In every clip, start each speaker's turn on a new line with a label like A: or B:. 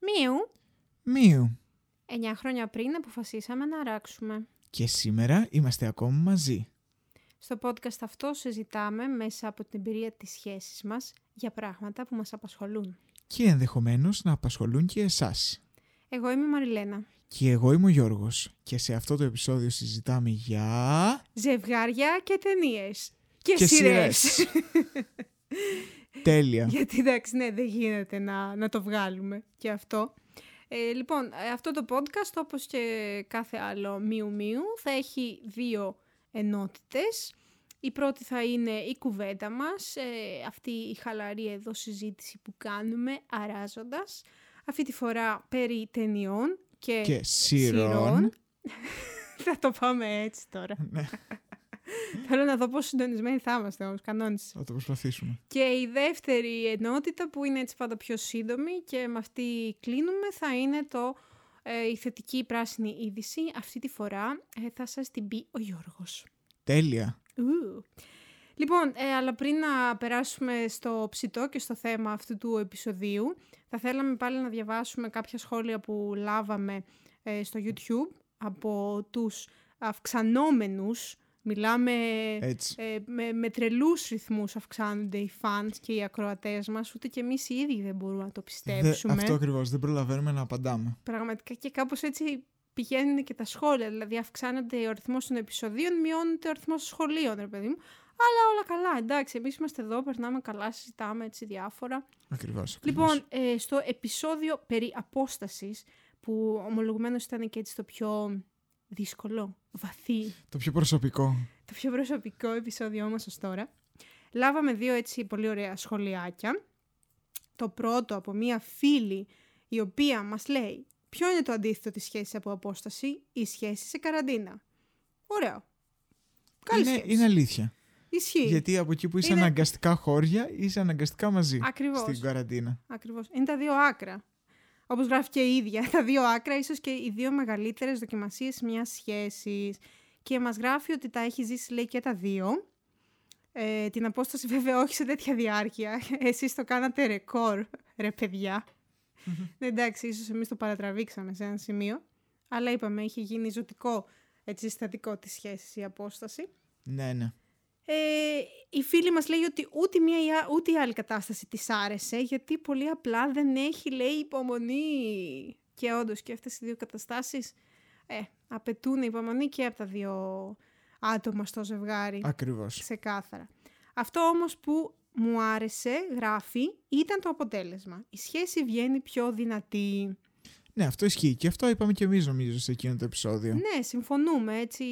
A: Μίου,
B: Μίου.
A: 9 χρόνια πριν αποφασίσαμε να αράξουμε.
B: Και σήμερα είμαστε ακόμα μαζί.
A: Στο podcast αυτό συζητάμε μέσα από την εμπειρία της σχέσης μας για πράγματα που μας απασχολούν.
B: Και ενδεχομένως να απασχολούν και εσάς.
A: Εγώ είμαι η Μαριλένα.
B: Και εγώ είμαι ο Γιώργος. Και σε αυτό το επεισόδιο συζητάμε για...
A: Ζευγάρια και ταινίες. Και,
B: Και
A: σειρές.
B: σειρές. Τέλεια.
A: Γιατί εντάξει, ναι, δεν γίνεται να, να το βγάλουμε και αυτό. Ε, λοιπόν, ε, αυτό το podcast, όπως και κάθε άλλο μίου μίου, θα έχει δύο ενότητες. Η πρώτη θα είναι η κουβέντα μας, ε, αυτή η χαλαρή εδώ συζήτηση που κάνουμε, αράζοντας. Αυτή τη φορά περί ταινιών και,
B: Και σειρών.
A: θα το πάμε έτσι τώρα.
B: Ναι,
A: Θέλω να δω πόσο συντονισμένοι θα είμαστε όμως, κανόνισε.
B: θα το προσπαθήσουμε.
A: Και η δεύτερη ενότητα που είναι έτσι πάντα πιο σύντομη και με αυτή κλείνουμε θα είναι το ε, η θετική πράσινη είδηση. Αυτή τη φορά ε, θα σας την πει ο Γιώργος.
B: Τέλεια.
A: Ου. Λοιπόν, ε, αλλά πριν να περάσουμε στο ψητό και στο θέμα αυτού του επεισοδίου, θα θέλαμε πάλι να διαβάσουμε κάποια σχόλια που λάβαμε ε, στο YouTube από τους αυξανόμενους, μιλάμε
B: Έτσι.
A: ε, με, με τρελούς ρυθμούς αυξάνονται οι fans και οι ακροατές μας, ούτε και εμείς οι ίδιοι δεν μπορούμε να το
B: Δε-
A: πιστέψουμε.
B: αυτό ακριβώς. Δεν προλαβαίνουμε να απαντάμε.
A: Πραγματικά και κάπως έτσι πηγαίνουν και τα σχόλια, δηλαδή αυξάνεται ο ρυθμός των επεισοδίων, μειώνεται ο ρυθμός των σχολείων, ρε παιδί μου. Αλλά όλα καλά, εντάξει, εμείς είμαστε εδώ, περνάμε καλά, συζητάμε έτσι διάφορα.
B: Ακριβώς. ακριβώς.
A: Λοιπόν, ε, στο επεισόδιο περί απόστασης, που ομολογουμένως ήταν και έτσι το πιο δύσκολο, βαθύ
B: Το πιο προσωπικό.
A: το πιο προσωπικό επεισόδιο μας ως τώρα. Λάβαμε δύο έτσι πολύ ωραία σχολιάκια. Το πρώτο από μία φίλη η οποία μας λέει ποιο είναι το αντίθετο της σχέσης από απόσταση, η σχέση σε καραντίνα. Ωραίο. Καλή
B: είναι,
A: σχέση.
B: είναι αλήθεια.
A: Ισχύει.
B: Γιατί από εκεί που είσαι
A: Είναι-
B: αναγκαστικά χώρια, είσαι αναγκαστικά μαζί.
A: Ακριβώς.
B: Στην καραντίνα.
A: Ακριβώς. Είναι τα δύο άκρα. Όπως γράφει και η ίδια, τα δύο άκρα, ίσως και οι δύο μεγαλύτερες δοκιμασίες μιας σχέσης. Και μας γράφει ότι τα έχει ζήσει, λέει, και τα δύο. Ε, την απόσταση βέβαια όχι σε τέτοια διάρκεια. Εσείς το κάνατε ρεκόρ, ρε παιδιά. Ναι, Εντάξει, ίσως εμείς το παρατραβήξαμε σε ένα σημείο. Αλλά είπαμε, είχε γίνει ζωτικό έτσι, συστατικό της σχέσης η απόσταση.
B: Ναι, ναι.
A: Ε, η φίλη μας λέει ότι ούτε, η μία, ή α- ούτε η άλλη κατάσταση της άρεσε, γιατί πολύ απλά δεν έχει, λέει, υπομονή. Και όντως και αυτές οι δύο καταστάσεις ε, απαιτούν υπομονή και από τα δύο άτομα στο ζευγάρι,
B: Ακριβώς.
A: ξεκάθαρα. Αυτό όμως που μου άρεσε, γράφει, ήταν το αποτέλεσμα. Η σχέση βγαίνει πιο δυνατή.
B: Ναι, αυτό ισχύει. Και αυτό είπαμε και εμείς, νομίζω, σε εκείνο το επεισόδιο.
A: Ναι, συμφωνούμε. Έτσι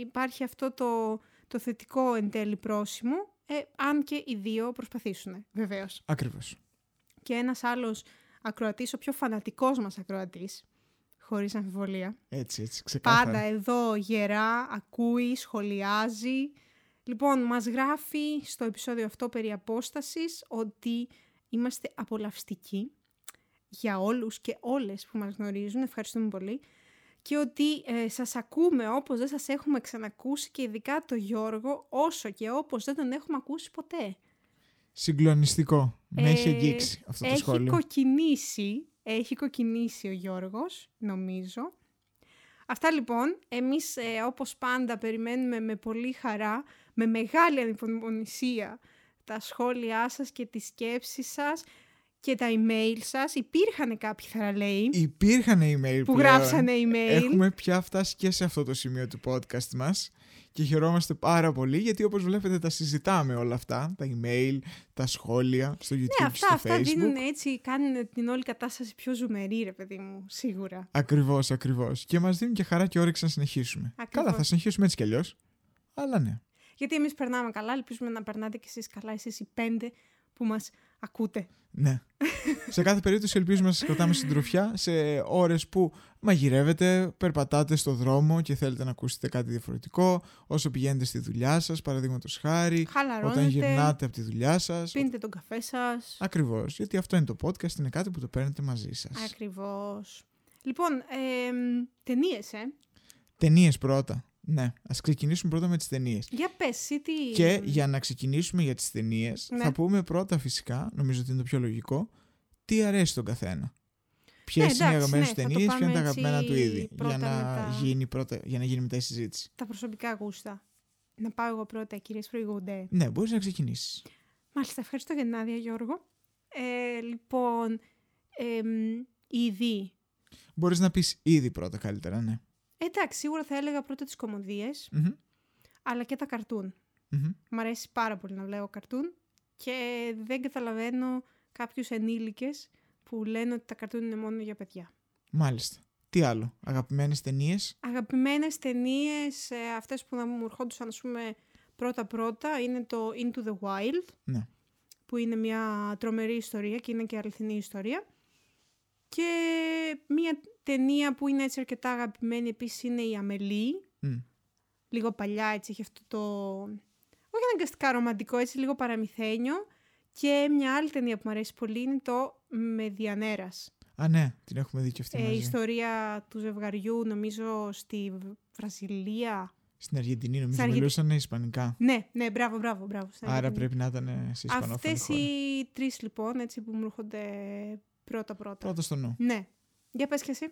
A: υπάρχει αυτό το, το θετικό εν τέλει πρόσημο, ε, αν και οι δύο προσπαθήσουν, βεβαίως.
B: Ακριβώς.
A: Και ένας άλλος ακροατής, ο πιο φανατικός μας ακροατής, χωρίς αμφιβολία,
B: Έτσι, έτσι,
A: πάντα
B: ξεκάθαρα.
A: εδώ γερά, ακούει, σχολιάζει. Λοιπόν, μας γράφει στο επεισόδιο αυτό περί απόστασης ότι είμαστε απολαυστικοί για όλους και όλες που μας γνωρίζουν. Ευχαριστούμε πολύ. Και ότι ε, σας ακούμε όπως δεν σας έχουμε ξανακούσει και ειδικά το Γιώργο όσο και όπως δεν τον έχουμε ακούσει ποτέ.
B: Συγκλονιστικό. Με
A: Ε,
B: έχει αγγίξει αυτό το
A: έχει
B: σχόλιο.
A: κοκκινήσει, έχει κοκκινήσει ο Γιώργος, νομίζω. Αυτά λοιπόν, εμείς ε, όπως πάντα περιμένουμε με πολύ χαρά, με μεγάλη ανυπομονησία τα σχόλιά σας και τις σκέψεις σας και τα email σας. Υπήρχαν κάποιοι θαραλέοι
B: Υπήρχαν email
A: που
B: πλέον.
A: γράψανε email.
B: Έχουμε πια φτάσει και σε αυτό το σημείο του podcast μας και χαιρόμαστε πάρα πολύ γιατί όπως βλέπετε τα συζητάμε όλα αυτά, τα email, τα σχόλια στο YouTube,
A: Ναι, αυτά,
B: στο
A: αυτά
B: Facebook.
A: δίνουν έτσι, κάνουν την όλη κατάσταση πιο ζουμερή ρε παιδί μου, σίγουρα.
B: Ακριβώς, ακριβώς. Και μας δίνουν και χαρά και όρεξη να συνεχίσουμε.
A: Ακριβώς.
B: Καλά, θα συνεχίσουμε έτσι κι αλλιώς. Αλλά ναι.
A: Γιατί εμείς περνάμε καλά, ελπίζουμε να περνάτε κι εσείς καλά, εσείς οι πέντε που μας ακούτε.
B: Ναι. σε κάθε περίπτωση ελπίζουμε να σας κρατάμε συντροφιά σε ώρες που μαγειρεύετε, περπατάτε στο δρόμο και θέλετε να ακούσετε κάτι διαφορετικό. Όσο πηγαίνετε στη δουλειά σας, παραδείγματος χάρη, όταν
A: Χαλαρώνετε,
B: γυρνάτε από τη δουλειά σας.
A: πίνετε τον καφέ σας.
B: Ακριβώς. Γιατί αυτό είναι το podcast, είναι κάτι που το παίρνετε μαζί σας.
A: Ακριβώς. Λοιπόν, ε, ταινίες, ε.
B: Ταινίες πρώτα. Ναι, ας ξεκινήσουμε πρώτα με τις ταινίες.
A: Για πες, εσύ τι...
B: Και για να ξεκινήσουμε για τις ταινίες,
A: Ναι.
B: θα πούμε πρώτα φυσικά, νομίζω ότι είναι το πιο λογικό, τι αρέσει τον καθένα. ποιες
A: Ναι,
B: είναι οι
A: εντάξει,
B: αγαπημένες
A: ναι,
B: του
A: θα το
B: ταινίες, ποια είναι
A: πάμε
B: τα αγαπημένα
A: έτσι
B: του είδη.
A: πρώτα
B: για, να
A: μετά.
B: γίνει πρώτα, για να γίνει μετά η συζήτηση.
A: Τα προσωπικά γούστα. Να πάω εγώ πρώτα, κυρίε προηγούνται.
B: Ναι, μπορείς να ξεκινήσεις.
A: Μάλιστα, ευχαριστώ για την άδεια, Γιώργο. Ε, λοιπόν, εμ, ήδη.
B: Μπορείς να πεις ήδη πρώτα καλύτερα, ναι.
A: Ε, Εντάξει, σίγουρα θα έλεγα πρώτα τις κομμωδίες,
B: Μμμ,
A: αλλά και τα καρτούν.
B: μμμ.
A: Μ' αρέσει πάρα πολύ να βλέπω καρτούν και δεν καταλαβαίνω κάποιους ενήλικες που λένε ότι τα καρτούν είναι μόνο για παιδιά.
B: Μάλιστα. Τι άλλο, αγαπημένες ταινίες.
A: Αγαπημένες ταινίες, ε, αυτές που να μου ερχόντουσαν, ας πούμε, πρώτα-πρώτα, είναι το Into the Wild,
B: Ναι.
A: που είναι μια τρομερή ιστορία και είναι και αληθινή ιστορία. Και μια ταινία που είναι έτσι αρκετά αγαπημένη επίσης είναι η Αμελή,
B: Μμ.
A: λίγο παλιά, έτσι, είχε αυτό το... Όχι αναγκαστικά ρομαντικό, έτσι, λίγο παραμυθένιο. Και μια άλλη ταινία που μου αρέσει πολύ είναι το «Με Διανέρας».
B: Α, ναι, την έχουμε δει και αυτή
A: Ε, η
B: μαζί.
A: ιστορία του ζευγαριού, νομίζω, στη Β- Βραζιλία.
B: Στην Αργεντινή νομίζω
A: Αργεντινή.
B: μιλούσαν Ισπανικά.
A: Ναι, ναι, μπράβο, μπράβο, μπράβο. στην
B: Άρα
A: Αργεντινή.
B: πρέπει να ήταν σε Ισπανόφωνη
A: Αυτές
B: χώρα.
A: οι τρεις, λοιπόν, έτσι, που μου έρχονται πρώτα-πρώτα.
B: Πρώτα στο νου.
A: Ναι. Για πες και εσύ.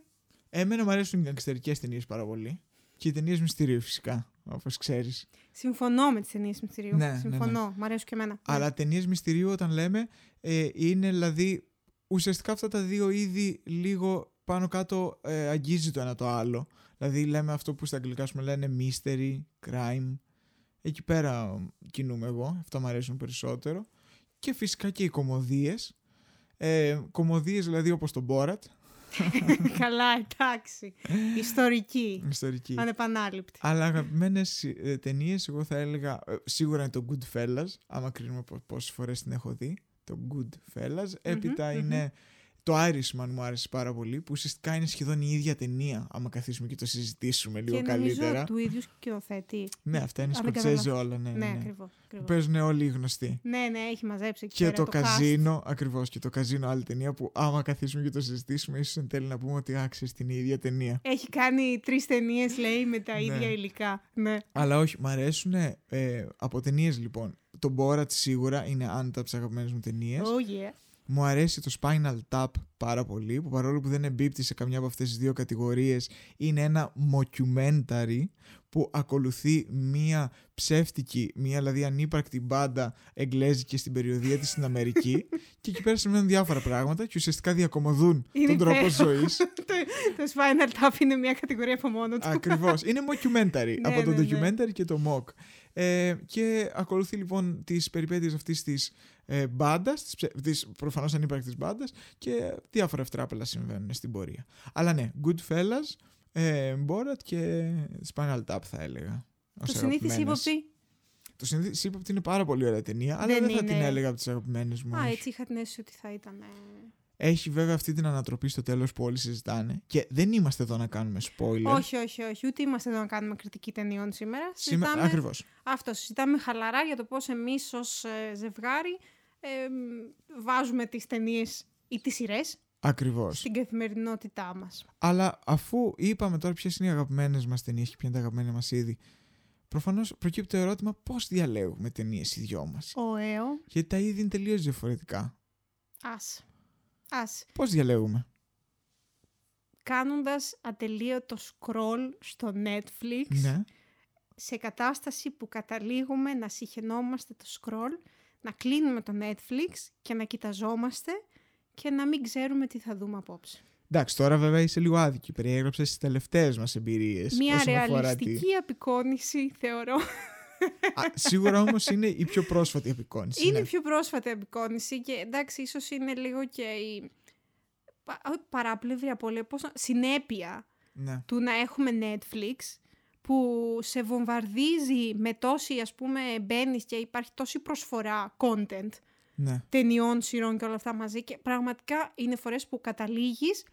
B: Εμένα μου αρέσουν οι γκαγκστερικέ ταινίες πάρα πολύ. Και οι ταινίες μυστηρίου φυσικά, όπως ξέρεις.
A: Ναι. Συμφωνώ με τις ταινίες μυστηρίου.
B: Ναι, ναι, ναι.
A: Συμφωνώ. Μ' αρέσουν και εμένα. Ναι.
B: Αλλά ταινίες μυστηρίου, όταν λέμε, ε, είναι δηλαδή ουσιαστικά αυτά τα δύο είδη λίγο πάνω κάτω ε, αγγίζει το ένα το άλλο. Δηλαδή λέμε αυτό που στα αγγλικά ας πούμε, λένε mystery, crime. Εκεί πέρα κινούμαι εγώ, αυτά μου αρέσουν περισσότερο. Και φυσικά και οι κομμωδίες. Ε, κομμωδίες δηλαδή όπως το Borat,
A: Καλά, εντάξει. Ιστορική.
B: ιστορική.
A: ναι, Ανεπανάληπτη.
B: Αλλά αγαπημένες ταινίες, εγώ θα έλεγα ε, σίγουρα είναι το Goodfellas, άμα κρίνουμε πο- πόσες φορές την έχω δει. Το Goodfellas. Επειτα
A: μμμ.
B: είναι το Irishman μου άρεσε πάρα πολύ, που ουσιαστικά είναι σχεδόν η ίδια ταινία, άμα καθίσουμε και το συζητήσουμε λίγο
A: και
B: καλύτερα.
A: νομίζω του ίδιους σκηνοθέτη.
B: Ναι, αυτά είναι
A: Αν δεν
B: σκοτσέζε
A: κάνω
B: όλα, ναι. ναι,
A: Ναι,
B: ναι.
A: ακριβώς.
B: Που Παίζουν όλοι οι γνωστοί.
A: Ναι, ναι, έχει μαζέψει εκεί
B: Και
A: πέρα
B: το,
A: cast.
B: καζίνο, ακριβώς. Και το καζίνο, άλλη ταινία που άμα καθίσουμε και το συζητήσουμε, ίσως εν τέλει να πούμε ότι άξιζε την ίδια ταινία.
A: Έχει κάνει τρεις ταινίες, λέει, με τα
B: Ναι.
A: ίδια υλικά. Ναι.
B: Αλλά όχι, μ' αρέσουν από ταινίες λοιπόν. Το Borat σίγουρα είναι άνετα από τι αγαπημένε μου ταινίες.
A: Oh yeah.
B: Μου αρέσει το Spinal Tap πάρα πολύ, που παρόλο που δεν εμπίπτει σε καμιά από αυτές τις δύο κατηγορίες, είναι ένα mockumentary που ακολουθεί μία ψεύτικη, μία δηλαδή ανύπαρκτη μπάντα εγγλέζικη στην περιοδία της στην Αμερική και εκεί πέρα συμβαίνουν διάφορα πράγματα και ουσιαστικά διακομωδούν
A: Είναι
B: τον τρόπο
A: υπέροχο.
B: ζωής.
A: το, το Spinal Tap είναι μια κατηγορία από μόνο του.
B: Ακριβώς. Είναι mockumentary. από το
A: ναι, ναι.
B: documentary και το mock. Ε, και ακολουθεί λοιπόν τις περιπέτειες αυτής της ε, μπάντας, της προφανώς ανύπαρκτης μπάντας και διάφορα ευτράπελα συμβαίνουν στην πορεία. Αλλά ναι, Goodfellas, ε, Borat και Spinal Tap θα έλεγα. ως
A: Το συνήθις
B: αγαπημένες.
A: ύποπτη.
B: Το συνήθις ύποπτη είναι πάρα πολύ ωραία ταινία, αλλά
A: Δεν
B: δεν, θα
A: είναι.
B: την έλεγα από τις αγαπημένες μου.
A: Ναι, Α,
B: όχι.
A: έτσι είχα την αίσθηση ότι θα ήταν. ε.
B: Έχει βέβαια αυτή την ανατροπή στο τέλος που όλοι συζητάνε. Και δεν είμαστε εδώ να κάνουμε spoiler.
A: Όχι, όχι, όχι. Ούτε είμαστε εδώ να κάνουμε κριτική ταινιών σήμερα. Συζητάμε
B: Ακριβώς.
A: Αυτό, συζητάμε χαλαρά για το πώς εμείς ως ε, ζευγάρι ε, μ, βάζουμε τις ταινίες ή τις σειρές
B: Ακριβώς.
A: στην καθημερινότητά μας.
B: Αλλά αφού είπαμε τώρα ποιες είναι οι αγαπημένες μας ταινίες και ποια είναι τα αγαπημένα μας είδη, προφανώς προκύπτει το ερώτημα πώς διαλέγουμε ταινίες οι δυο μας.
A: Ο ΑΕΟ,
B: Γιατί τα είδη είναι τελείως διαφορετικά.
A: ας. Ας.
B: Πώς διαλέγουμε.
A: Κάνοντας ατελείωτο scroll στο Netflix,
B: Ναι.
A: σε κατάσταση που καταλήγουμε να συχαινόμαστε το scroll, να κλείνουμε το Netflix και να κοιταζόμαστε και να μην ξέρουμε τι θα δούμε απόψε.
B: Εντάξει, τώρα βέβαια είσαι λίγο άδικη. Περιέγραψες τις τελευταίες μας εμπειρίες.
A: Μια ρεαλιστική απεικόνηση, θεωρώ,
B: Σίγουρα όμως είναι η πιο πρόσφατη απεικόνηση.
A: Είναι
B: ναι.
A: η πιο πρόσφατη απεικόνηση και εντάξει, ίσως είναι λίγο και η πα- όχι παράπλευρη απώλεια, πώς να- συνέπεια
B: Ναι.
A: του να έχουμε Netflix που σε βομβαρδίζει με τόση, ας πούμε, μπαίνεις και υπάρχει τόση προσφορά content
B: ναι.
A: ταινιών, σειρών και όλα αυτά μαζί και πραγματικά είναι φορές που καταλήγεις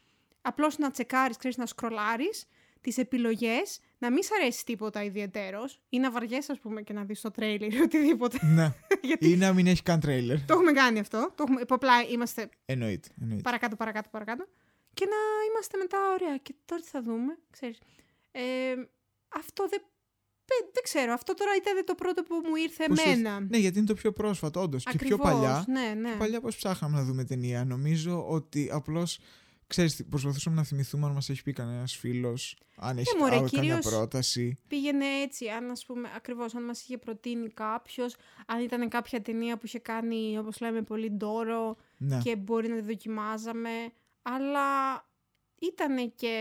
A: απλώς να τσεκάρεις, ξέρεις, να σκρολάρεις τις επιλογές, να μην σ' αρέσει τίποτα ιδιαίτερος ή να βαριέσαι, ας πούμε, και να δεις το τρέιλερ ή οτιδήποτε.
B: ναι.
A: Γιατί
B: Ή να μην έχει καν τρέιλερ.
A: το έχουμε κάνει αυτό. Το έχουμε, που απλά είμαστε
B: Εννοείται. εννοείται.
A: παρακάτω, παρακάτω, παρακάτω. Και να είμαστε μετά ωραία. Και τώρα τι θα δούμε, ξέρεις. Ε, αυτό δεν. δεν- Δεν ξέρω. Αυτό τώρα ήταν το πρώτο που μου ήρθε
B: Που σου-
A: εμένα.
B: Ναι, γιατί είναι το πιο πρόσφατο, όντως. Και πιο
A: Ακριβώς,
B: παλιά.
A: Ναι, ναι.
B: Παλιά πώς ψάχναμε να δούμε ταινία. Νομίζω ότι απλώς Ξέρεις, τι, προσπαθούσαμε να θυμηθούμε αν μας έχει πει κανένας φίλος, αν έχει
A: Ε, μωρέ,
B: κάνει καμιά
A: κυρίως-
B: πρόταση.
A: Πήγαινε έτσι, αν ας πούμε, ακριβώς, αν μας είχε προτείνει κάποιος, αν ήταν κάποια ταινία που είχε κάνει, όπως λέμε, πολύ ντόρο
B: Ναι.
A: και μπορεί να τη δοκιμάζαμε, αλλά ήταν και,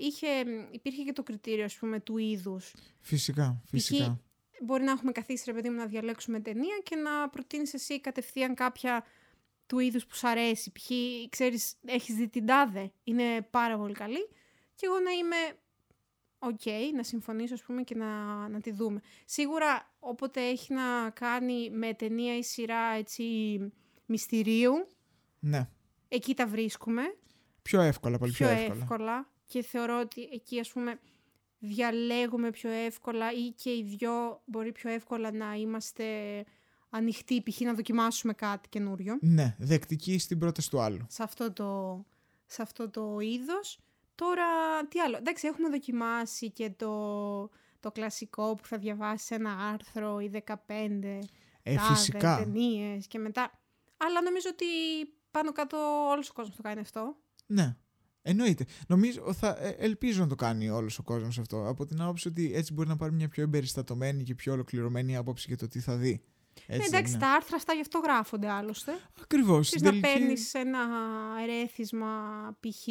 A: είχε, υπήρχε και το κριτήριο, ας πούμε, του είδους.
B: Φυσικά, φυσικά.
A: Μπορεί να έχουμε καθίσει, ρε παιδί μου, να διαλέξουμε ταινία και να προτείνεις εσύ κατευθείαν κάποια του είδους που σ' αρέσει. Π.χ. ξέρεις, έχεις δει την τάδε, είναι πάρα πολύ καλή και εγώ να είμαι οκ, να συμφωνήσω ας πούμε και να, να τη δούμε. Σίγουρα όποτε έχει να κάνει με ταινία ή σειρά έτσι μυστηρίου,
B: Ναι.
A: εκεί τα βρίσκουμε
B: Πιο εύκολα, πολύ πιο,
A: πιο
B: εύκολα.
A: εύκολα. και θεωρώ ότι εκεί ας πούμε διαλέγουμε πιο εύκολα ή και οι δυο μπορεί πιο εύκολα να είμαστε ανοιχτοί π.χ. να δοκιμάσουμε κάτι καινούριο
B: Ναι, δεκτική στην πρόταση του άλλου.
A: σε αυτό το, σε αυτό το είδος. Τώρα τι άλλο, εντάξει έχουμε δοκιμάσει και το, το κλασικό που θα διαβάσει ένα άρθρο ή 15
B: Ε, φυσικά.
A: ταινίες και μετά. Αλλά νομίζω ότι πάνω κάτω όλος ο κόσμος το κάνει αυτό.
B: Ναι. Εννοείται. Νομίζω, θα, ε, ελπίζω να το κάνει όλος ο κόσμος αυτό. Από την άποψη ότι έτσι μπορεί να πάρει μια πιο εμπεριστατωμένη και πιο ολοκληρωμένη άποψη για το τι θα δει.
A: Ναι,
B: Έτσι,
A: εντάξει, τα άρθρα αυτά γι' αυτό γράφονται άλλωστε.
B: Ακριβώς.
A: Ξέρεις να παίρνεις ένα ερέθισμα π.χ.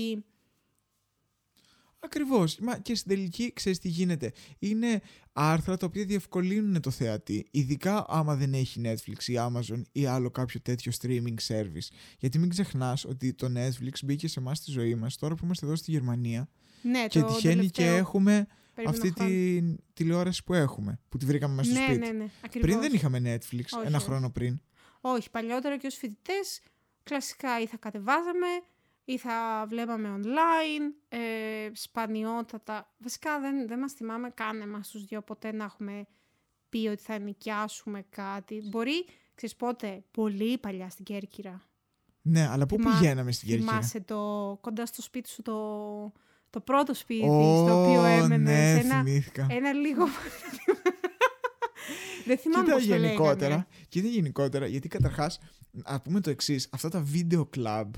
B: Ακριβώ. Μα και στην τελική, ξέρεις τι γίνεται. Είναι άρθρα τα οποία διευκολύνουν το θεατή, ειδικά άμα δεν έχει Netflix ή Amazon ή άλλο κάποιο τέτοιο streaming service. Γιατί μην ξεχνάς ότι το Netflix μπήκε σε εμάς στη ζωή μας τώρα που είμαστε εδώ στη Γερμανία
A: Ναι,
B: και
A: το
B: τυχαίνει και
A: τελευταίο
B: έχουμε
A: περίπου
B: αυτή
A: ένα χρόνο.
B: την τηλεόραση που έχουμε, που τη βρήκαμε μέσα στο
A: ναι,
B: σπίτι.
A: ναι, ναι, ακριβώς.
B: Πριν δεν είχαμε Netflix,
A: Όχι,
B: ένα
A: όχι.
B: χρόνο πριν.
A: Όχι, παλιότερα και ως φοιτητές, κλασικά ή θα κατεβάζαμε ή θα βλέπαμε online, ε, σπανιότατα. Βασικά δεν, δεν μας θυμάμαι καν εμάς τους δυο ποτέ να έχουμε πει ότι θα νοικιάσουμε κάτι. Μπορεί, ξέρεις πότε, πολύ παλιά στην Κέρκυρα.
B: Ναι, αλλά πού
A: Θυμά-
B: πηγαίναμε στην Κέρκυρα.
A: Θυμάσαι το κοντά στο σπίτι σου το, το πρώτο σπίτι
B: Ω,
A: στο οποίο έμενε.
B: ναι,
A: ένα, ε,
B: θυμήθηκα.
A: ένα λίγο. Δεν θυμάμαι
B: Κοίτα
A: πώς το λέγανε.
B: γενικότερα, κοίτα γενικότερα, γιατί καταρχάς, α πούμε το εξής, αυτά τα βίντεο club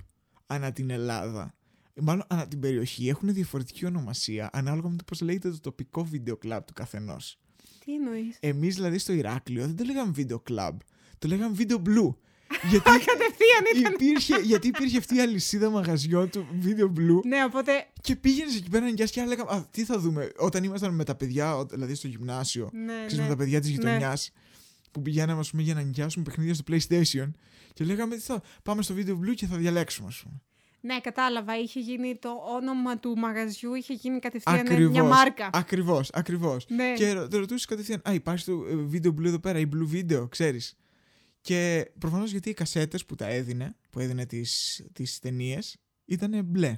B: ανά την Ελλάδα, μάλλον ανά την περιοχή, έχουν διαφορετική ονομασία ανάλογα με το πώς λέγεται το τοπικό βίντεο club του καθενός.
A: Τι εννοείς.
B: Εμείς δηλαδή στο Ηράκλειο δεν το λέγαμε βίντεο club, το λέγαμε βίντεο blue. Γιατί
A: Κατευθείαν ήταν.
B: υπήρχε, γιατί υπήρχε αυτή η αλυσίδα μαγαζιών του Video Blue
A: ναι, οπότε.
B: και πήγαινες εκεί πέρα να νοικιάσεις και άλλα λέγαμε «Α, τι θα δούμε όταν ήμασταν με τα παιδιά, ό- δηλαδή στο γυμνάσιο,
A: Ναι,
B: ξέρεις,
A: ναι.
B: με τα παιδιά της
A: Ναι.
B: γειτονιάς που πηγαίναμε ας πούμε, για να νοικιάσουμε παιχνίδια στο PlayStation και λέγαμε «Τι θα πάμε στο Video Blue και θα διαλέξουμε. Ας πούμε.
A: Ναι, κατάλαβα. Είχε γίνει το όνομα του μαγαζιού, είχε γίνει κατευθείαν
B: Ακριβώς,
A: Ναι, μια μάρκα.
B: Ακριβώς, ακριβώς.
A: Ναι.
B: Και ρω- ρωτούσες κατευθείαν, Α, υπάρχει το ε, Video Blue εδώ πέρα, ή Blue Video, ξέρεις. Και προφανώς γιατί οι κασέτες που τα έδινε, που έδινε τις τις ταινίες, ήταν μπλε.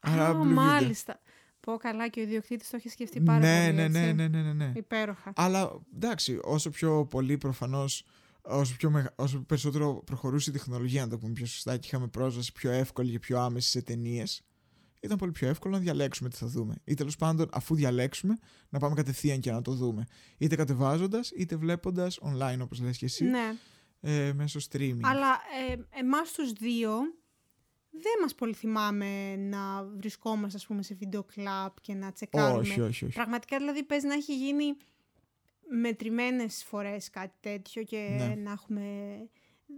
B: Άρα
A: Α,
B: Blue Video.
A: μάλιστα. Πω καλά και ο ιδιοκτήτης το έχει σκεφτεί πάρα
B: ναι,
A: πολύ.
B: ναι, ναι,
A: έτσι.
B: ναι, ναι, ναι, ναι.
A: Υπέροχα.
B: Αλλά εντάξει, όσο πιο πολύ προφανώς. Όσο, πιο μεγα- όσο περισσότερο προχωρούσε η τεχνολογία, να το πούμε πιο σωστά, και είχαμε πρόσβαση πιο εύκολη και πιο άμεση σε ταινίες, ήταν πολύ πιο εύκολο να διαλέξουμε τι θα δούμε. Ή τέλος πάντων, αφού διαλέξουμε, να πάμε κατευθείαν και να το δούμε. Είτε κατεβάζοντας, είτε βλέποντας online, όπως λες και εσύ,
A: Ναι.
B: ε, μέσω streaming.
A: Αλλά ε, εμάς τους δύο δεν μας πολύ θυμάμαι να βρισκόμαστε ας πούμε σε βίντεο κλαπ και να τσεκάρουμε.
B: όχι, όχι, όχι.
A: Πραγματικά δηλαδή παίζει να έχει γίνει μετρημένες φορές κάτι τέτοιο και
B: Ναι.
A: να έχουμε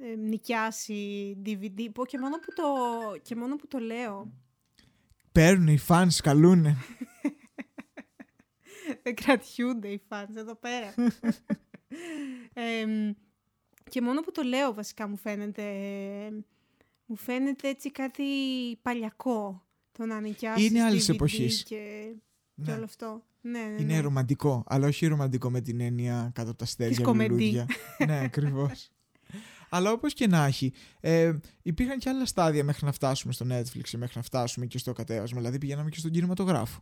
A: ε, νοικιάσει DVD. Πω, και, μόνο που το, και μόνο που το λέω
B: Παίρνουν οι fans, καλούνε.
A: δεν κρατιούνται οι fans εδώ πέρα. Εμ, και μόνο που το λέω βασικά μου φαίνεται, εμ, μου φαίνεται έτσι κάτι παλιακό το να νοικιάσεις
B: Είναι άλλης
A: DVD
B: εποχής.
A: Και, και
B: ναι.
A: όλο αυτό. Ναι, ναι,
B: Είναι
A: ναι.
B: ρομαντικό, αλλά όχι ρομαντικό με την έννοια κάτω από τα
A: Της
B: στέρια
A: κομεντή.
B: λουλούδια. ναι, ακριβώς. αλλά όπως και να έχει, ε, υπήρχαν και άλλα στάδια μέχρι να φτάσουμε στο Netflix και μέχρι να φτάσουμε και στο κατέβασμα. Δηλαδή πηγαίναμε και στον κινηματογράφο.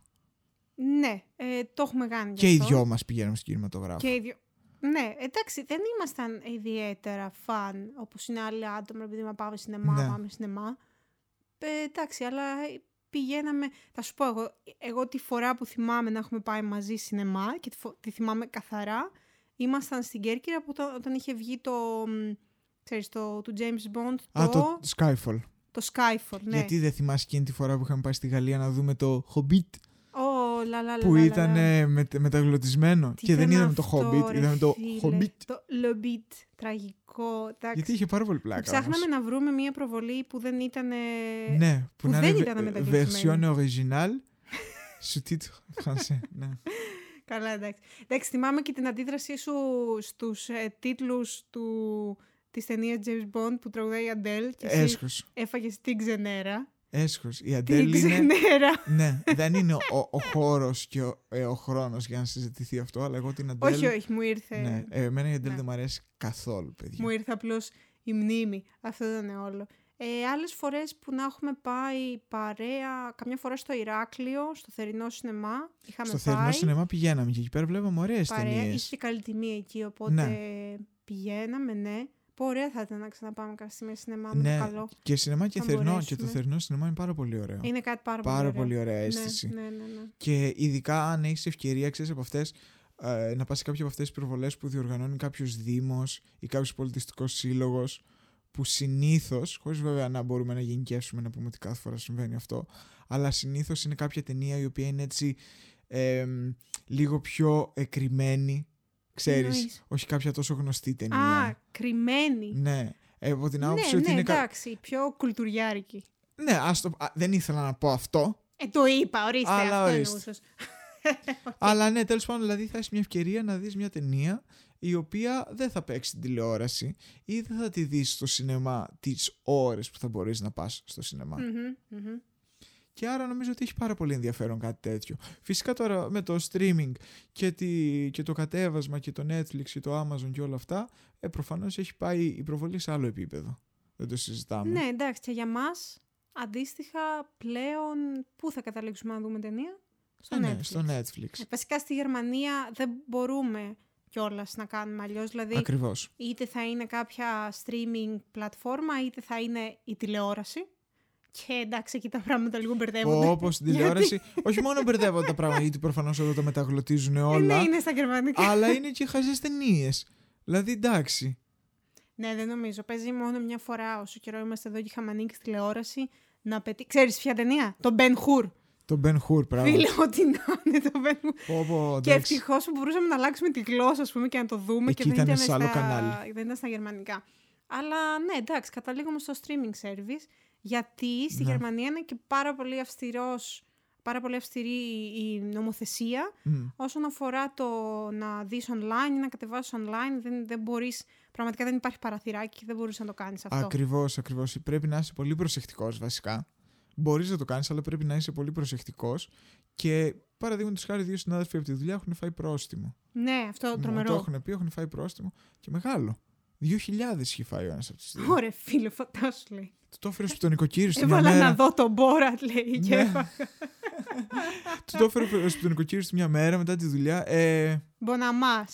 A: Ναι, ε, το έχουμε κάνει γι'
B: και οι
A: αυτό.
B: δυο μας πηγαίναμε στον κινηματογράφο.
A: Και οι δυο. Ναι, εντάξει, δεν ήμασταν ιδιαίτερα φαν όπως είναι άλλοι άτομα, επειδή μα πάμε σινεμά,
B: Ναι.
A: πάμε σινεμά. Ε, εντάξει, αλλά πηγαίναμε. Θα σου πω εγώ, εγώ τη φορά που θυμάμαι να έχουμε πάει μαζί σινεμά και τη, φο- τη θυμάμαι καθαρά, ήμασταν στην Κέρκυρα που το- όταν είχε βγει το. μ, Ξέρεις, το του James Bond.
B: Α, το Skyfall.
A: Το Skyfall, ναι.
B: Γιατί δεν θυμάσαι εκείνη τη φορά που είχαμε πάει στη Γαλλία να δούμε το Hobbit
A: Ω, λα, λα, λα,
B: που
A: λα, λα,
B: ήταν
A: λα.
B: ε, μετε- μεταγλωτισμένο.
A: Τι
B: και δεν
A: ήταν
B: είδαμε το
A: αυτό,
B: Hobbit,
A: ρε
B: είδαμε το
A: φίλε.
B: Hobbit.
A: Το Lobbit, τραγικό. εντάξει.
B: Γιατί είχε πάρα πολύ πλάκα.
A: Ψάχναμε
B: όμως.
A: να βρούμε μια προβολή που δεν ήταν.
B: Ναι, που,
A: που
B: να
A: δεν
B: είναι
A: ήταν
B: βε-
A: μεταγλωτισμένη.
B: version original. Sous-titre français. ναι.
A: Καλά, εντάξει. Εντάξει, θυμάμαι και την αντίδρασή σου στους ε, τίτλους του... της ταινίας James Bond που τραγουδάει η Αντέλ και εσύ
B: Έσχος.
A: έφαγες την ξενέρα.
B: Έσχος. Η
A: Την
B: Αντέλ είναι.
A: ξενέρα.
B: ναι, δεν είναι ο, ο χώρος και ο, ε, ο χρόνος για να συζητηθεί αυτό, αλλά εγώ την Αντέλ.
A: όχι, όχι, μου ήρθε.
B: Ναι, ε, εμένα η Αντέλ
A: ναι.
B: δεν μου αρέσει καθόλου, παιδιά.
A: Μου ήρθε απλώς η μνήμη. Αυτό ήταν όλο. Ε, Άλλες φορές που να έχουμε πάει παρέα, καμιά φορά στο Ηράκλειο, στο θερινό σινεμά. Είχαμε
B: Στο
A: πάει
B: θερινό σινεμά πηγαίναμε και εκεί πέρα βλέπαμε ωραίες
A: παρέα.
B: ταινίες.
A: Είχε και καλή τιμή εκεί, οπότε πηγαίναμε, ναι. Πω, ωραία θα ήταν να ξαναπάμε κάποια στιγμή σινεμά. με το
B: Ναι,
A: καλό.
B: και σινεμά και
A: Αν
B: θερινό. Και το
A: μπορέσουμε.
B: θερινό σινεμά είναι πάρα πολύ ωραίο.
A: Είναι κάτι πάρα,
B: πάρα
A: πολύ
B: πολύ
A: ωραίο.
B: ωραία
A: Ναι,
B: αίσθηση.
A: Ναι, ναι, ναι.
B: Και ειδικά αν έχεις ευκαιρία, ξέρεις από αυτές, να πας σε κάποια από αυτές τις προβολές που διοργανώνει κάποιος δήμος ή κάποιος πολιτιστικός σύλλογος, που συνήθως, χωρίς βέβαια να μπορούμε να γενικεύσουμε να πούμε ότι κάθε φορά συμβαίνει αυτό, αλλά συνήθως είναι κάποια ταινία η οποία είναι έτσι εμ, λίγο πιο εκρημένη, ξέρεις,
A: εννοείς?
B: όχι κάποια τόσο γνωστή ταινία.
A: Α, κρυμμένη.
B: Ναι. Ε, από την άποψη
A: ναι,
B: ότι
A: ναι,
B: είναι. κα-
A: εντάξει, πιο κουλτουριάρικη.
B: Ναι, ας το... α, δεν ήθελα να πω αυτό.
A: Ε, το είπα, ορίστε,
B: Αλλά
A: αυτό
B: ορίστε.
A: εννοούσες.
B: Αλλά ναι, τέλος πάντων, δηλαδή θα έχεις μια ευκαιρία να δεις μια ταινία η οποία δεν θα παίξει στην τηλεόραση ή δεν θα τη δεις στο σινεμά τις ώρες που θα μπορείς να πας στο σινεμά.
A: Μμμ, μμμ.
B: Και άρα νομίζω ότι έχει πάρα πολύ ενδιαφέρον κάτι τέτοιο. Φυσικά τώρα με το streaming και, τη, και το κατέβασμα και το Netflix και το Amazon και όλα αυτά, ε, προφανώς έχει πάει η προβολή σε άλλο επίπεδο. Δεν το συζητάμε.
A: Ναι, εντάξει, και για μας αντίστοιχα πλέον πού θα καταλήξουμε να δούμε ταινία. Στο
B: Ε, ναι,
A: Netflix.
B: στο Netflix.
A: Ε, βασικά στη Γερμανία δεν μπορούμε κιόλας να κάνουμε αλλιώς. Δηλαδή,
B: Ακριβώς.
A: είτε θα είναι κάποια streaming πλατφόρμα, είτε θα είναι η τηλεόραση. Και εντάξει, εκεί τα πράγματα λίγο μπερδεύονται.
B: Όπω στην
A: Γιατί-
B: τηλεόραση. όχι μόνο μπερδεύονται τα πράγματα, γιατί προφανώς εδώ τα μεταγλωτίζουν
A: Ε,
B: όλα.
A: ναι, είναι στα γερμανικά.
B: αλλά είναι και χαζές ταινίες. Δηλαδή εντάξει.
A: Ναι, δεν νομίζω. Παίζει μόνο μια φορά όσο καιρό είμαστε εδώ και είχαμε ανοίξει τηλεόραση να πετύχει. Ξέρεις ποια ταινία? Το Ben Hur.
B: Το Ben Hur, πράγμα.
A: Φίλε, ό,τι να είναι το Ben Hur.
B: Πω, πω,
A: Και
B: εντάξει.
A: ευτυχώς που μπορούσαμε να αλλάξουμε τη γλώσσα, ας πούμε, και να το δούμε.
B: Εκεί
A: και δεν
B: ήταν
A: ήταν
B: σε άλλο
A: στα...
B: κανάλι.
A: Δεν ήταν στα γερμανικά. Αλλά ναι, εντάξει, καταλήγουμε στο streaming service. Γιατί στη
B: Ναι.
A: Γερμανία είναι και πάρα πολύ αυστηρός, πάρα πολύ αυστηρή η νομοθεσία
B: Μμ.
A: όσον αφορά το να δεις online ή να κατεβάσεις online. Δεν, δεν μπορείς, πραγματικά δεν υπάρχει παραθυράκι και δεν μπορείς να το κάνεις αυτό.
B: Ακριβώς, ακριβώς. Πρέπει να είσαι πολύ προσεκτικός βασικά. Μπορείς να το κάνεις, αλλά πρέπει να είσαι πολύ προσεκτικός. Και παραδείγματος χάρη, δύο συνάδελφοι από τη δουλειά έχουν φάει πρόστιμο.
A: Ναι, αυτό
B: Μου
A: τρομερό.
B: Το έχουν πει, έχουν φάει πρόστιμο και μεγάλο. 2.000 είχε φάει ο ένας από του δύο.
A: Ωραία, φίλε, φαντάσου λέει.
B: Του το έφερε στον νοικοκύριο στη μια
A: Έβαλα να
B: μέρα.
A: δω τον Μπόρατ, λέει. Και
B: Ναι.
A: έφαγα.
B: Του το έφερε στον νοικοκύριο στη μια μέρα μετά τη δουλειά. Ε,
A: Μποναμάς.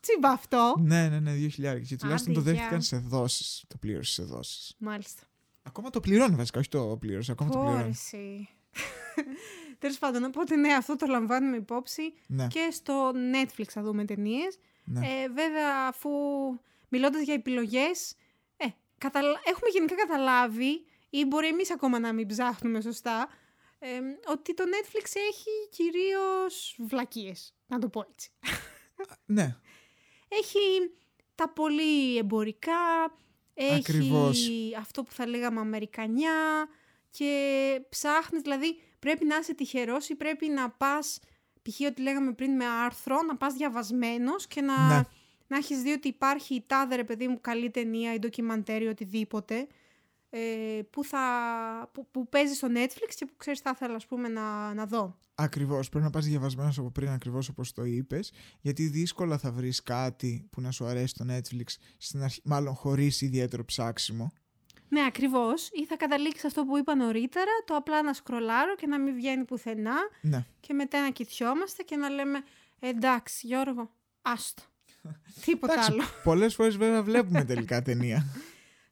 A: Τσιμπα αυτό.
B: ναι, ναι, ναι, 2.000. Και τουλάχιστον το
A: Άντε, γεια.
B: δέχτηκαν σε δόσεις. Το πλήρωσε σε δόσεις.
A: Μάλιστα.
B: Ακόμα το πληρώνει βασικά, όχι το πλήρωσε. Ακόμα το πληρώνει.
A: Πόρση. Τέλος πάντων, οπότε ναι, αυτό το λαμβάνουμε υπόψη
B: Ναι,
A: και στο Netflix θα δούμε ταινίες.
B: ναι.
A: Ε, βέβαια, αφού μιλώντας για επιλογές, ε, καταλα- έχουμε γενικά καταλάβει, ή μπορεί εμείς ακόμα να μην ψάχνουμε σωστά, ε, ότι το Netflix έχει κυρίως βλακίες. Να το πω έτσι.
B: ναι.
A: Έχει τα πολύ εμπορικά, έχει
B: Ακριβώς.
A: αυτό που θα λέγαμε αμερικανιά και ψάχνεις, δηλαδή πρέπει να είσαι τυχερός ή πρέπει να πας, π.χ. ό,τι λέγαμε πριν με άρθρο, να πας διαβασμένος και να,
B: Ναι.
A: να έχεις δει ότι υπάρχει η τάδε ρε παιδί μου καλή ταινία ή ντοκιμαντέρι οτιδήποτε ε, που, θα, που, που παίζει στο Netflix και που ξέρεις θα ήθελα ας πούμε να, να δω.
B: Ακριβώς. Πρέπει να πας διαβασμένος από πριν, ακριβώς όπως το είπες, γιατί δύσκολα θα βρεις κάτι που να σου αρέσει στο Netflix, στην αρχή, μάλλον χωρίς ιδιαίτερο ψάξιμο.
A: Ναι, ακριβώς. Ή θα καταλήξεις αυτό που είπα νωρίτερα, το απλά να σκρολάρω και να μην βγαίνει πουθενά
B: Ναι.
A: και μετά να κοιτιόμαστε και να λέμε Εντάξει, Γιώργο, άστο. Τίποτα άλλο.
B: πολλές φορές βέβαια βλέπουμε τελικά ταινία.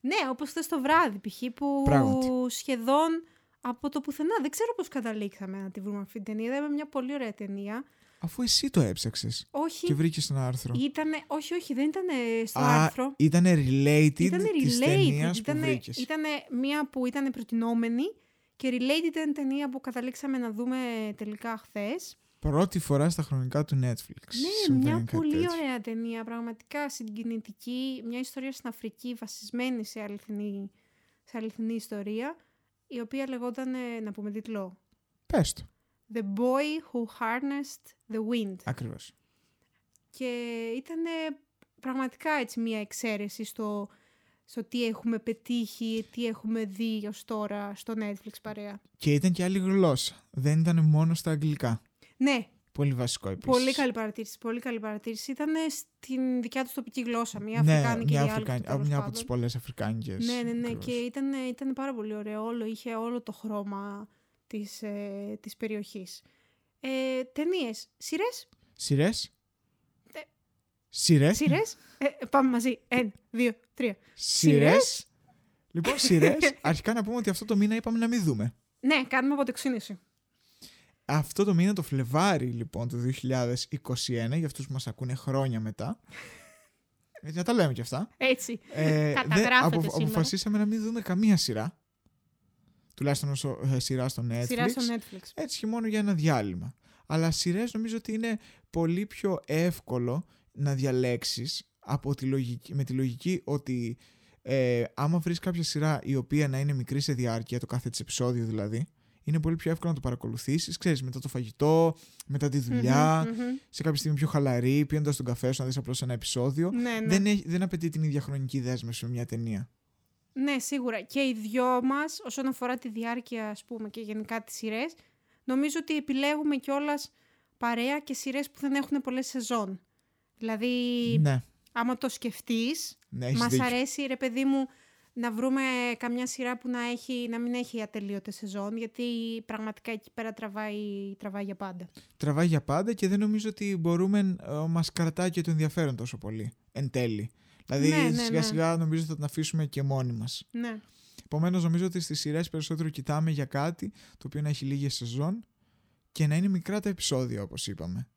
A: Ναι, όπως θες το βράδυ, π.χ. που
B: Πράγματι.
A: σχεδόν από το πουθενά. Δεν ξέρω πώς καταλήξαμε να τη βρούμε αυτή την ταινία. Είδαμε μια πολύ ωραία ταινία
B: Αφού εσύ το έψαξες
A: Όχι,
B: και βρήκες ένα άρθρο.
A: ήτανε, όχι, όχι, δεν ήταν στο
B: Α,
A: άρθρο.
B: ήταν related
A: Ήταν
B: της ταινίας
A: related.
B: που βρήκε.
A: Ήταν μία που ήταν προτινόμενη και related ήταν ταινία που καταλήξαμε να δούμε τελικά χθες.
B: Πρώτη φορά στα χρονικά του Netflix.
A: Ναι,
B: συμβαίνει
A: μια
B: κάτι
A: πολύ
B: τέτοιο.
A: ωραία ταινία. Πραγματικά συγκινητική. Μια ιστορία στην Αφρική βασισμένη σε αληθινή, σε αληθινή ιστορία. Η οποία λεγόταν, ε, να πούμε τίτλο,
B: Πες το.
A: The Boy Who Harnessed the Wind.
B: Ακριβώς.
A: Και ήταν πραγματικά έτσι μια εξαίρεση στο, στο τι έχουμε πετύχει, τι έχουμε δει ως τώρα στο Netflix παρέα.
B: Και ήταν και άλλη γλώσσα. Δεν ήταν μόνο στα αγγλικά.
A: Ναι,
B: Πολύ βασικό επίσης.
A: πολύ καλή παρατήρηση, πολύ καλή παρατήρηση. Ήταν στην δικιά τους τοπική γλώσσα, μια
B: ναι,
A: Αφρικάνικη
B: μια,
A: διάλεκτο
B: Αφρικάνη,
A: τέλος
B: μια από
A: πάντων.
B: τι πολλές Αφρικάνικες.
A: Ναι, ναι, ναι. Και ήταν, ήταν πάρα πολύ ωραίο. Όλο, είχε όλο το χρώμα της, ε, της περιοχής. Ε, ταινίες, σειρές,
B: Σειρές.
A: Ε,
B: Σειρές.
A: σειρές. Ε, πάμε μαζί. Ένα, δύο, τρία.
B: Σειρές. Λοιπόν, σειρές. Αρχικά να πούμε ότι αυτό το μήνα είπαμε να μην δούμε.
A: Ναι, κάνουμε αποτεξίνηση.
B: Αυτό το μήνα, το Φλεβάρι, λοιπόν, του 2021, για αυτούς που μας ακούνε χρόνια μετά. Γιατί να τα λέμε κι αυτά.
A: Έτσι.
B: Ε,
C: Καταγράφεται σήμερα.
B: αποφασίσαμε να μην δούμε καμία σειρά. Τουλάχιστον όσο ε, σειρά στο Netflix.
A: Σειρά στο Netflix.
B: Έτσι και μόνο για ένα διάλειμμα. Αλλά σειρές νομίζω ότι είναι πολύ πιο εύκολο να διαλέξεις από τη λογική, με τη λογική ότι ε, άμα βρεις κάποια σειρά η οποία να είναι μικρή σε διάρκεια, το κάθε της επεισόδιο δηλαδή, είναι πολύ πιο εύκολο να το παρακολουθήσεις, ξέρεις, μετά το φαγητό, μετά τη δουλεια
A: Μμμ, μμμ.
B: σε κάποια στιγμή πιο χαλαρή, πίνοντας τον καφέ σου να δεις απλώς ένα επεισόδιο.
A: Ναι, ναι.
B: Δεν, έχει- δεν απαιτεί την ίδια χρονική δέσμευση με μια ταινία.
A: ναι, σίγουρα. Και οι δυο μας, όσον αφορά τη διάρκεια, ας πούμε, και γενικά τις σειρές, νομίζω ότι επιλέγουμε κιόλας παρέα και σειρές που δεν έχουν πολλές σεζόν. Δηλαδή,
B: Ναι,
A: άμα το σκεφτείς,
B: ναι έχεις
A: μας
B: δίκιο.
A: αρέσει, ρε παιδί μου, να βρούμε καμιά σειρά που να, έχει, να μην έχει ατελείωτες σεζόν, γιατί πραγματικά εκεί πέρα τραβάει, τραβάει για πάντα.
B: τραβάει για πάντα και δεν νομίζω ότι μπορούμε, ε, μας κρατάει και το ενδιαφέρον τόσο πολύ, εν τέλει. Δηλαδή
A: Ναι, ναι,
B: σιγά
A: ναι.
B: σιγά νομίζω θα την αφήσουμε και μόνοι μας.
A: Ναι.
B: Επομένως, νομίζω ότι στις σειρές περισσότερο κοιτάμε για κάτι το οποίο να έχει λίγες σεζόν και να είναι μικρά τα επεισόδια όπως είπαμε.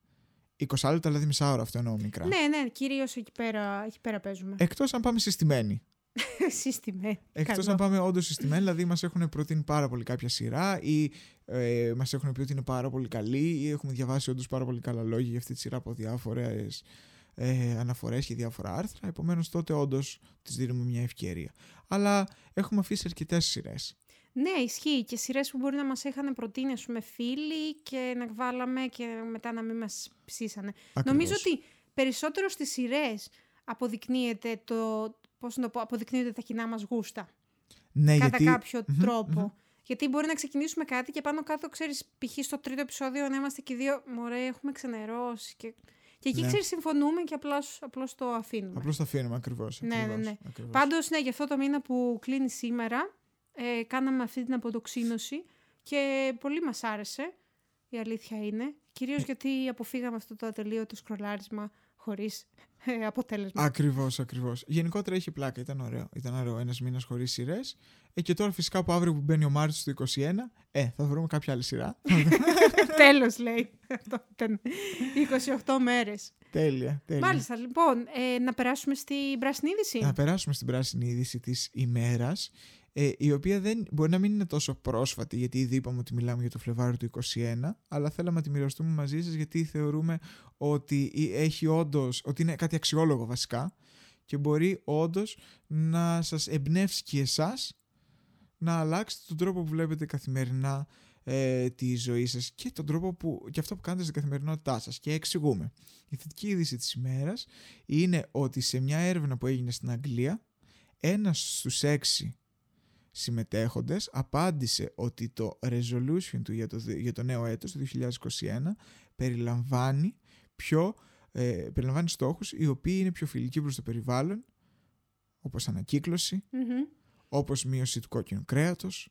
B: 20 λεπτά, δηλαδή μισά ώρα αυτό εννοώ μικρά.
A: Ναι, ναι, κυρίως εκεί πέρα, εκεί πέρα παίζουμε.
B: Εκτός αν πάμε συστημένοι. Ε,
A: Σύστημε.
B: Εκτό αν πάμε όντως συστημένοι, δηλαδή μας έχουν προτείνει πάρα πολύ κάποια σειρά ή ε, μας έχουν πει ότι είναι πάρα πολύ καλή ή έχουμε διαβάσει όντως πάρα πολύ καλά λόγια για αυτή τη σειρά από διάφορες ε, αναφορές και διάφορα άρθρα. Επομένως, τότε όντως της δίνουμε μια ευκαιρία. Αλλά έχουμε αφήσει αρκετές σειρές.
A: Ναι, ισχύει και σειρές που μπορεί να μας είχαν προτείνει, ας πούμε, φίλοι και να βάλαμε και μετά να μην μας ψήσανε. Νομίζω ότι περισσότερο στις σειρές αποδεικνύεται το. Πώς να το πω, αποδεικνύονται τα κοινά μας γούστα.
B: ναι,
A: κατά
B: γιατί
A: κάποιο
B: μμμ,
A: τρόπο.
B: μμμ.
A: Γιατί μπορεί να ξεκινήσουμε κάτι και πάνω κάτω, ξέρεις, π.χ. στο τρίτο επεισόδιο να είμαστε και οι δύο. Μωρέ, έχουμε ξενερώσει. Και, και εκεί,
B: Ναι.
A: ξέρεις, συμφωνούμε και απλά, απλώς το αφήνουμε.
B: Απλώς το αφήνουμε ακριβώς.
A: Ναι, ναι, ναι. Πάντως, ναι, γι' αυτό το μήνα που κλείνει σήμερα, ε, κάναμε αυτή την αποτοξίνωση και πολύ μας άρεσε. Η αλήθεια είναι. Κυρίως γιατί αποφύγαμε αυτό το ατελείωτο σκρολάρισμα χωρίς ε, αποτέλεσμα.
B: Ακριβώς, ακριβώς. Γενικότερα είχε πλάκα, ήταν ωραίο. Ήταν ωραίο ένας μήνας χωρίς σειρές. Ε, και τώρα φυσικά από αύριο που μπαίνει ο Μάρτιος του 2021, ε, θα βρούμε κάποια άλλη σειρά.
A: Τέλος, λέει. Αυτό ήταν 28 μέρες.
B: τέλεια, τέλεια.
A: Μάλιστα, λοιπόν, ε, να περάσουμε στην πράσινη είδηση.
B: Να περάσουμε στην πράσινη είδηση της ημέρας, ε, η οποία δεν, μπορεί να μην είναι τόσο πρόσφατη, γιατί ήδη είπαμε ότι μιλάμε για το Φλεβάριο του 21, αλλά θέλαμε να τη μοιραστούμε μαζί σας, γιατί θεωρούμε ότι ε- έχει όντως, ότι είναι κάτι αξιόλογο βασικά, και μπορεί όντως να σας εμπνεύσει και εσάς να αλλάξετε τον τρόπο που βλέπετε καθημερινά ε, τη ζωή σας και τον τρόπο που, και αυτό που κάνετε στην καθημερινότητά σας και εξηγούμε. Η θετική είδηση της ημέρας είναι ότι σε μια έρευνα που έγινε στην Αγγλία, ένας στους έξι συμμετέχοντες απάντησε ότι το resolution του για το, δε- για το νέο έτος, το 2021, περιλαμβάνει, πιο, ε, περιλαμβάνει στόχους οι οποίοι είναι πιο φιλικοί προς το περιβάλλον, όπως ανακύκλωση,
A: Μμμ.
B: όπως μείωση του κόκκινου κρέατος,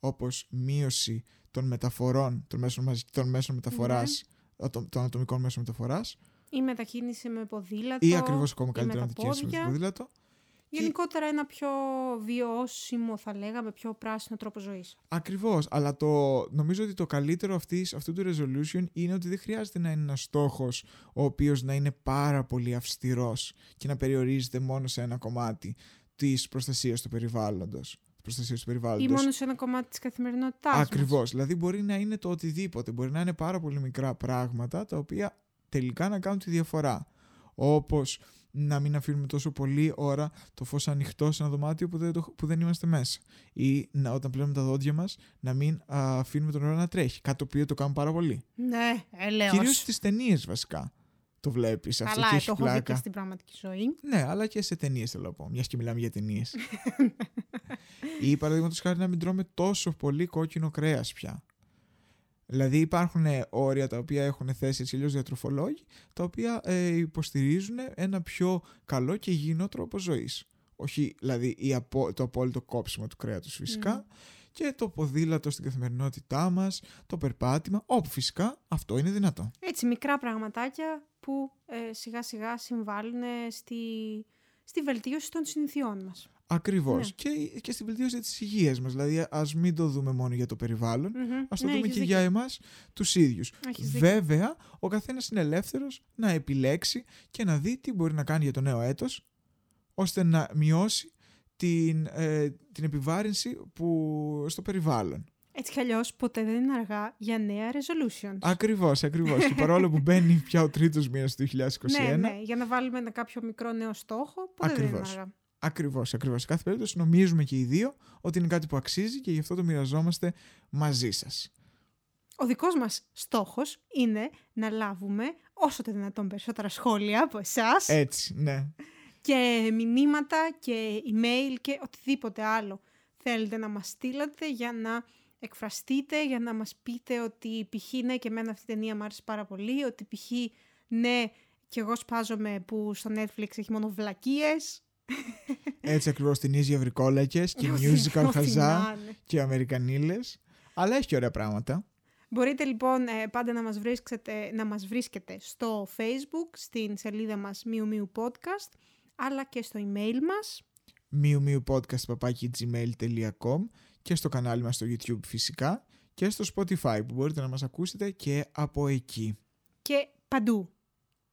B: όπως μείωση των μεταφορών, των μέσων, μαζι- των μέσων μεταφοράς, α, των, των ατομικών μέσων μεταφοράς,
A: Η μετακίνηση με ποδήλατο.
B: ή ακριβώς ακόμα
A: ή με
B: καλύτερα
A: τα
B: να δικαιώσουμε το
A: πόδια.
B: ποδήλατο.
A: Γενικότερα ένα πιο βιώσιμο, θα λέγαμε, πιο πράσινο τρόπο ζωής.
B: Ακριβώς. Αλλά το, νομίζω ότι το καλύτερο αυτής, αυτού του resolution είναι ότι δεν χρειάζεται να είναι ένας στόχος ο οποίος να είναι πάρα πολύ αυστηρός και να περιορίζεται μόνο σε ένα κομμάτι της προστασίας του περιβάλλοντος. Προστασίας του
A: Ή
B: περιβάλλοντο.
A: μόνο σε ένα κομμάτι της καθημερινότητάς
B: Ακριβώς. Δηλαδή μπορεί να είναι το οτιδήποτε. Μπορεί να είναι πάρα πολύ μικρά πράγματα τα οποία τελικά να κάνουν τη διαφορά. Όπως να μην αφήνουμε τόσο πολύ ώρα το φως ανοιχτό σε ένα δωμάτιο που δεν, το- που δεν είμαστε μέσα. Ή να, όταν πλένουμε τα δόντια μας να μην α, αφήνουμε τον νερό να τρέχει. Κάτι το οποίο το κάνουν πάρα πολύ.
A: Ναι, έλεος.
B: Κυρίως στις ταινίες βασικά το βλέπεις. Αυτό
A: Καλά,
B: και
A: ε,
B: έχεις
A: το έχω δει και
B: πλάκα.
A: στην πραγματική ζωή.
B: Ναι, αλλά και σε ταινίες θέλω να πω, μιας και μιλάμε για ταινίες. ή παραδείγματος χάρη να μην τρώμε τόσο πολύ κόκκινο κρέας πια. Δηλαδή υπάρχουν ε, όρια τα οποία έχουν θέσει έτσι αλλιώς διατροφολόγοι, τα οποία ε, υποστηρίζουν ένα πιο καλό και υγιεινό τρόπο ζωής. Όχι δηλαδή η απο- το απόλυτο κόψιμο του κρέατος φυσικά και το ποδήλατο στην καθημερινότητά μας, το περπάτημα, όπου φυσικά αυτό είναι δυνατό.
A: Έτσι, μικρά πραγματάκια που ε, σιγά σιγά συμβάλλουν στη, στη βελτίωση των συνηθιών μας.
B: Ακριβώς.
A: Ναι.
B: Και, και στην βελτίωση της υγείας μας. Δηλαδή, ας μην το δούμε μόνο για το περιβάλλον,
A: Μμμ.
B: ας το
A: Ναι,
B: δούμε
A: έχεις
B: και
A: δίκιο.
B: για εμάς τους ίδιους.
A: Έχεις δίκιο.
B: Βέβαια, ο καθένας είναι ελεύθερος να επιλέξει και να δει τι μπορεί να κάνει για το νέο έτος, ώστε να μειώσει την, ε, την επιβάρυνση που, στο περιβάλλον.
A: Έτσι κι αλλιώς ποτέ δεν είναι αργά για νέα resolutions. Ναι,
B: Ακριβώς, ακριβώς. και παρόλο που μπαίνει πια ο τρίτος μήνας του 2021,
A: Ναι, ναι, για να βάλουμε ένα κάποιο μικρό νέο στόχο, ποτέ δεν είναι
B: Ακριβώς.
A: αργά.
B: Ακριβώς, ακριβώς. Σε κάθε περίπτωση, νομίζουμε και οι δύο ότι είναι κάτι που αξίζει και γι' αυτό το μοιραζόμαστε μαζί σας.
A: Ο δικός μας στόχος είναι να λάβουμε όσο το δυνατόν περισσότερα σχόλια από εσάς
B: Έτσι, ναι.
A: και μηνύματα και email και οτιδήποτε άλλο θέλετε να μας στείλετε για να εκφραστείτε, για να μας πείτε ότι π.χ. ναι και εμένα αυτή η ταινία μου άρεσε πάρα πολύ, ότι π.χ. ναι και εγώ σπάζομαι που στο Netflix έχει μόνο βλακίες.
B: Έτσι ακριβώς την ίδια βρικόλακε και
A: Ό,τι-
B: musical
A: ό,τι
B: χαζά
A: να είναι.
B: και αμερικανίλες. Αλλά έχει και ωραία πράγματα.
A: Μπορείτε λοιπόν ε, πάντα να μας, βρίσκετε, να μας βρίσκετε στο facebook, στην σελίδα μας Μιου Μιου Podcast, αλλά και στο email μας.
B: Μίου μίου podcast παπάκι gmail.com και στο κανάλι μας στο YouTube φυσικά και στο Spotify που μπορείτε να μας ακούσετε και από εκεί.
A: και παντού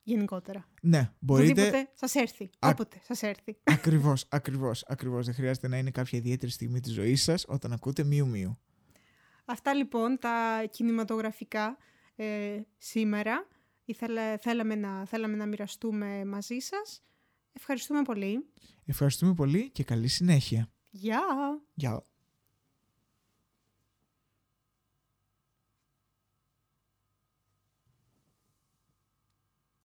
A: γενικότερα.
B: Ναι, μπορείτε.
A: Οπουδήποτε σας έρθει.
B: Α-
A: Όποτε σας έρθει.
B: ακριβώς, ακριβώς, ακριβώς. Δεν χρειάζεται να είναι κάποια ιδιαίτερη στιγμή της ζωής σας όταν ακούτε μίου μίου.
A: Αυτά λοιπόν τα κινηματογραφικά ε, σήμερα. Ήθελα, θέλαμε, να, θέλαμε να μοιραστούμε μαζί σας. Ευχαριστούμε πολύ.
B: Ευχαριστούμε πολύ και καλή συνέχεια.
A: Γεια!
B: Γεια.